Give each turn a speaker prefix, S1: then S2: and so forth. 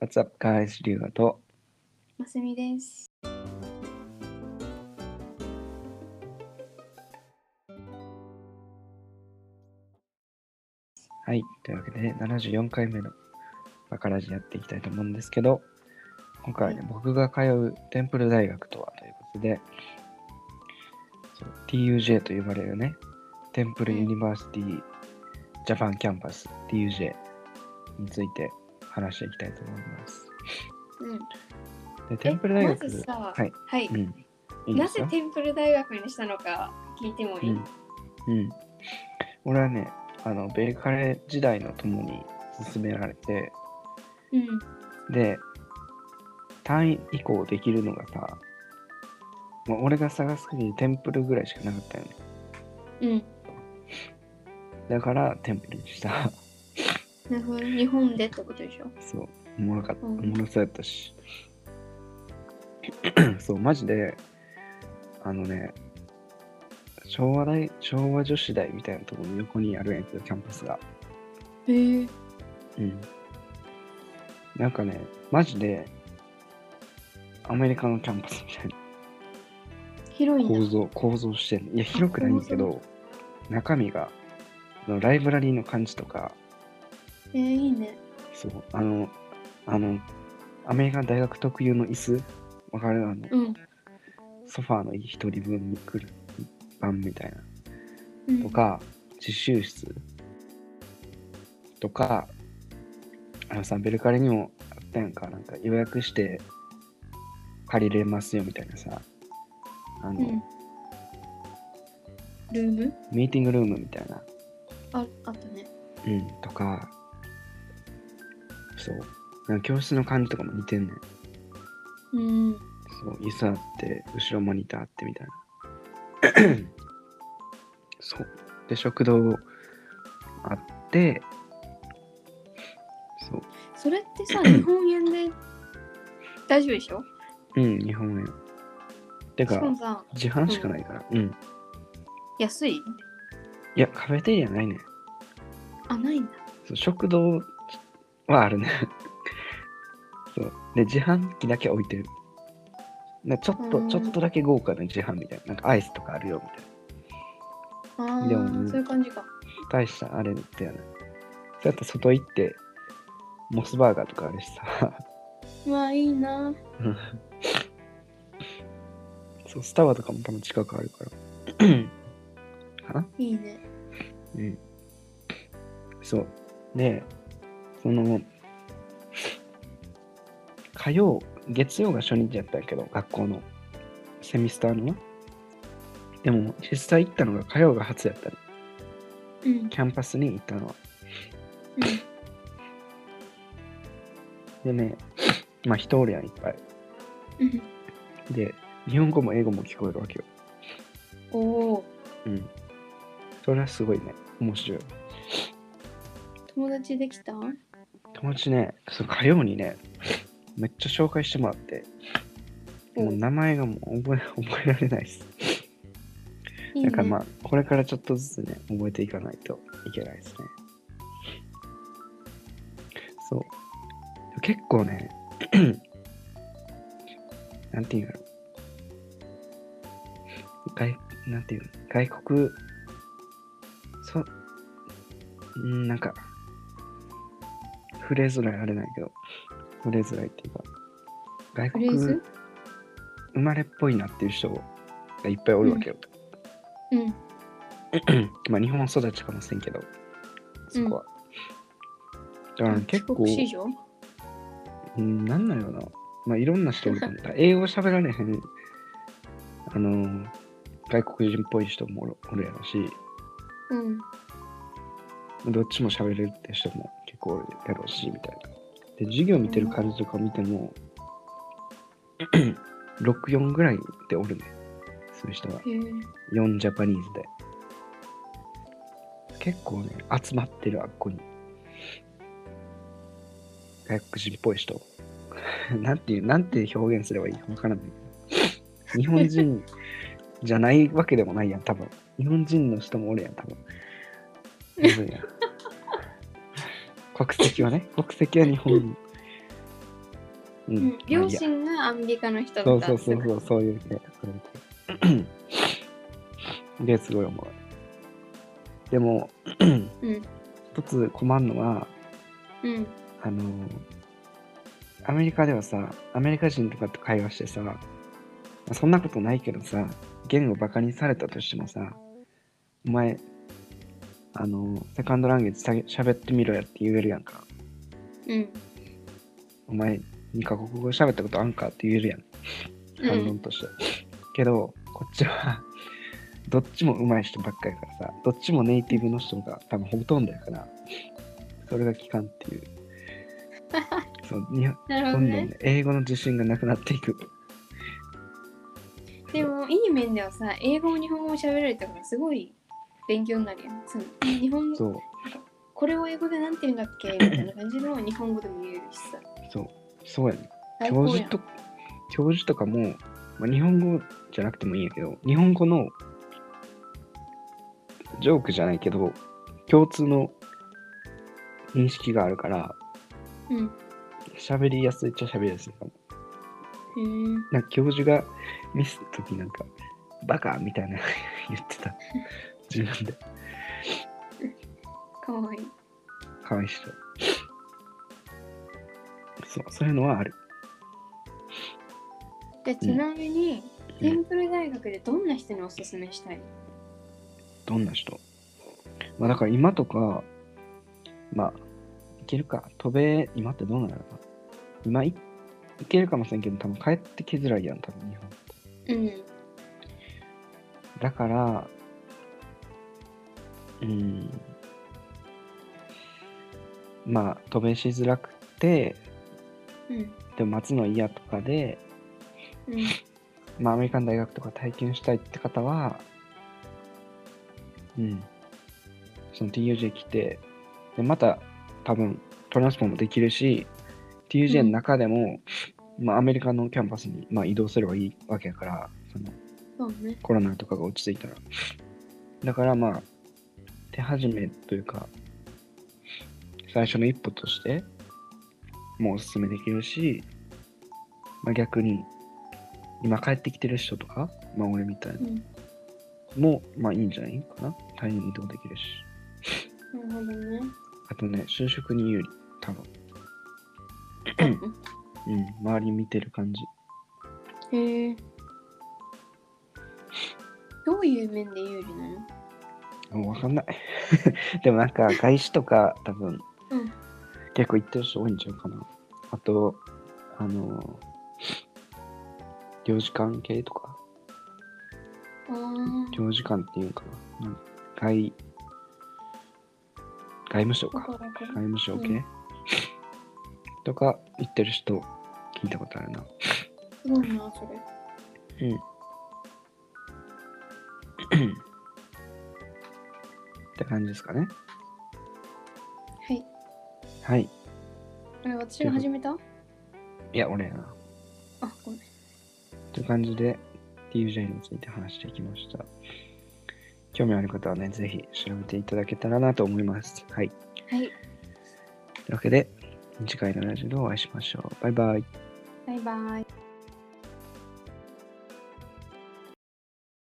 S1: What's up, guys? リュウガと。
S2: ますみです。
S1: はい。というわけで、74回目のバカラジやっていきたいと思うんですけど、今回はね、
S2: は
S1: 僕が通うテンプル大学とはということで、そう TUJ と呼ばれるね、テンプルユニバーシティジャパンキャンパス TUJ について話していきたいと思います。
S2: うん。
S1: で、
S2: え
S1: テンプル大学、
S2: まずさ、
S1: はい。
S2: はい。
S1: うん。いいで
S2: な
S1: す
S2: ぜ
S1: よ。
S2: テンプル大学にしたのか聞いてもいい、
S1: うん。うん。俺はね、あの、ベルカレ時代のともに勧められて、
S2: うん
S1: で、単位移行できるのがさ、まあ、俺が探す限りテンプルぐらいしかなかったよね。
S2: うん。
S1: だからテンプルにした。
S2: なるほど。日本でってことでしょ。
S1: そう、おもろかった。お
S2: うん
S1: もろそうやったし。 そう、マジで、あのね、昭和大、昭和女子大みたいなところの横にあるんやけど、キャンパスが。
S2: へえ。
S1: うん。なんかね、マジで、アメリカのキャンパスみたいな。
S2: 広いん
S1: 構
S2: だ。
S1: 造構造してんのいや広くないんだけ
S2: 構
S1: ど中身があのライブラリーの感じとか
S2: えー、いいね。
S1: そうあのあのアメリカの大学特有の椅子わかるあの
S2: うん。
S1: ソファーの一人分に来る版みたいな
S2: うん
S1: と。か自習室とかあのさベルカレにもあったやんかなんか予約して借りれますよみたいなさあの、
S2: うん。ルーム
S1: ミーティングルームみたいな
S2: ああったね。
S1: うん、とか、そう。なんか教室の感じとかも似てんねん。
S2: うん。
S1: そう、椅子あって、後ろモニターあってみたいな。 そう。で、食堂あって、そ
S2: それって さ、日本円で大丈夫でしょ
S1: う。うん、日本円。て
S2: しか
S1: か、
S2: もさ、
S1: 自販しかないから。うん。
S2: 安い
S1: いや、カフェテリアないねん。
S2: あ、ないんだ。
S1: そう食堂はあるね。 そう。で、自販機だけ置いてる。なちょっと、
S2: うん
S1: ちょっとだけ豪華な自販みたいな。なんかアイスとかあるよみたいな。
S2: あ
S1: でもね
S2: あ、そういう感じか。
S1: 大したあれだよね。そうやって外行って、モスバーガーとかあるしさ。
S2: うわ、いいな。
S1: そう、スタバとかも多分近くあるから。 かない
S2: いね。
S1: うん。そう。で、その、火曜、月曜が初日やったんやけど、学校の、セミスターのな。でも、実際行ったのが火曜が初やったの。
S2: うん。
S1: キャンパスに行ったのは。でね、まあ人おるやん、いっぱい。
S2: うん。うん
S1: で、日本語も英語も聞こえるわけよ。
S2: おお。
S1: うん。それはすごいね、面白い。
S2: 友達できた
S1: 友達ね、そう火曜にね、めっちゃ紹介してもらって、もう名前がもう覚え 覚えられないです。
S2: いいね
S1: だからまあ、これからちょっとずつね、覚えていかないといけないですね。そう。結構ね、 なんていうんだろう。外、なんていうの外国、そ、んーなんか、触れづらいあれないけど、触れづらいっていうか、外
S2: フレー
S1: 国生
S2: ズ
S1: まれっぽいなっていう人がいっぱいおるわけよ。
S2: うん。
S1: まあ日本育ちかもしれんけど、そこは。だから結構、
S2: 帰国子女
S1: うん、なんなんやろな。まあいろんな人おる と思った。英語喋られへん、あのー外国人っぽい人もおるおるやろし、
S2: うん。
S1: どっちも喋れるって人も結構おるやろし、みたいな。で、授業見てる感じとか見て も、6、4ぐらいでおるね。そういう人は。
S2: へえ。
S1: 4ジャパニーズで。結構ね、集まってる、あっこに。外国人っぽい人。 なんていう、なんて表現すればいいかわからない。日本人じゃないわけでもないやん、多分。日本人の人もおるやん、多分。むずいな国籍はね、国籍は日本う
S2: うんん、両親がアメリカの人だ
S1: そ
S2: っ
S1: う
S2: た
S1: そうそうそう、そういうね、そういうね で、すごい思う。でも、
S2: うん
S1: 一つ困るのは、
S2: うん
S1: あの、アメリカではさ、アメリカ人とかと会話してさ、まあそんなことないけどさ、言語バカにされたとしてもさ、お前、あの、セカンドランゲージさ喋ってみろやって言えるやんか。
S2: うん
S1: お前、2カ国語喋ったことあんかって言えるやん。
S2: う
S1: 反論
S2: ん
S1: として。けど、こっちは、 どっちも上手い人ばっかりやからさ、どっちもネイティブの人が多分ほとんどやから、それが効かんって いう。そう日本
S2: なるほ
S1: ど
S2: ど
S1: んどん、
S2: ね
S1: ね、英語の自信がなくなっていく。
S2: でもいい面ではさ英語も日本語も喋れるってからすごい勉強になるやんその日本
S1: そう、
S2: これを英語でなんて言うんだっけみたいな感じの日本語でも言えるしさ
S1: そう、そうやね。
S2: 最
S1: 教
S2: 高や
S1: 授
S2: ん
S1: と教授とかも、まあ、日本語じゃなくてもいいんやけど、日本語のジョークじゃないけど、共通の認識があるから、
S2: うん
S1: 喋りやすいっちゃ喋りやすいかも。
S2: へー
S1: なんか教授がミスった時なんか、バカみたいな 言ってた。自分で。
S2: かわいい
S1: かわいそう。そう、そういうのはある。
S2: でちなみに、
S1: うん
S2: テンプル大学でどんな人におすすめしたい
S1: どんな人まあだから今とか、まあ、いけるか。飛べ、今ってどうなのかな今い、いけるかもしれんけど、多分帰ってきづらいやん、多分日本。
S2: うん
S1: だから、うん、まあ、飛べしづらくて、
S2: うん
S1: でも待つの嫌とかで、
S2: うん
S1: まあ、アメリカン大学とか体験したいって方は、うん、その TUJ 来て、でまた多分トランスフォーもできるし、TUJ の中でも、まあ、アメリカのキャンパスに、まあ、移動すればいいわけやから、その
S2: そうね
S1: コロナとかが落ち着いたら。だからまあ、手始めというか、最初の一歩として、もうおすすめできるし、まあ、逆に、今帰ってきてる人とか、まあ俺みたいな
S2: うん
S1: も、まあいいんじゃないかな。タイに移動できるし。
S2: なるほどね
S1: あとね、就職に有利、多分。うん、周り見てる感じ。
S2: へえどういう面で有利なの
S1: もうわかんない。 でもなんか外資とか多分、
S2: うん
S1: 結構行ってる人多いんちゃうかな。あと、あの、領事館系とか、
S2: あ
S1: 領事館っていうんかな。なん外、外務省
S2: あ、
S1: か。
S2: わか
S1: 外
S2: るわかる。
S1: 務省系、
S2: う
S1: とか行ってる人聞いたことあるな。
S2: すごいな、それ。
S1: うん。って感じですかね。
S2: はい。
S1: はい。
S2: あれ、私が始めた
S1: いや、俺やな。
S2: あ、ごめん。
S1: という感じで TJ について話していきました。興味ある方はね、ぜひ調べていただけたらなと思います。はい。と
S2: はい。
S1: いうわけで、次回のラジオでお会いしましょう。バイバイ。
S2: バイバイ。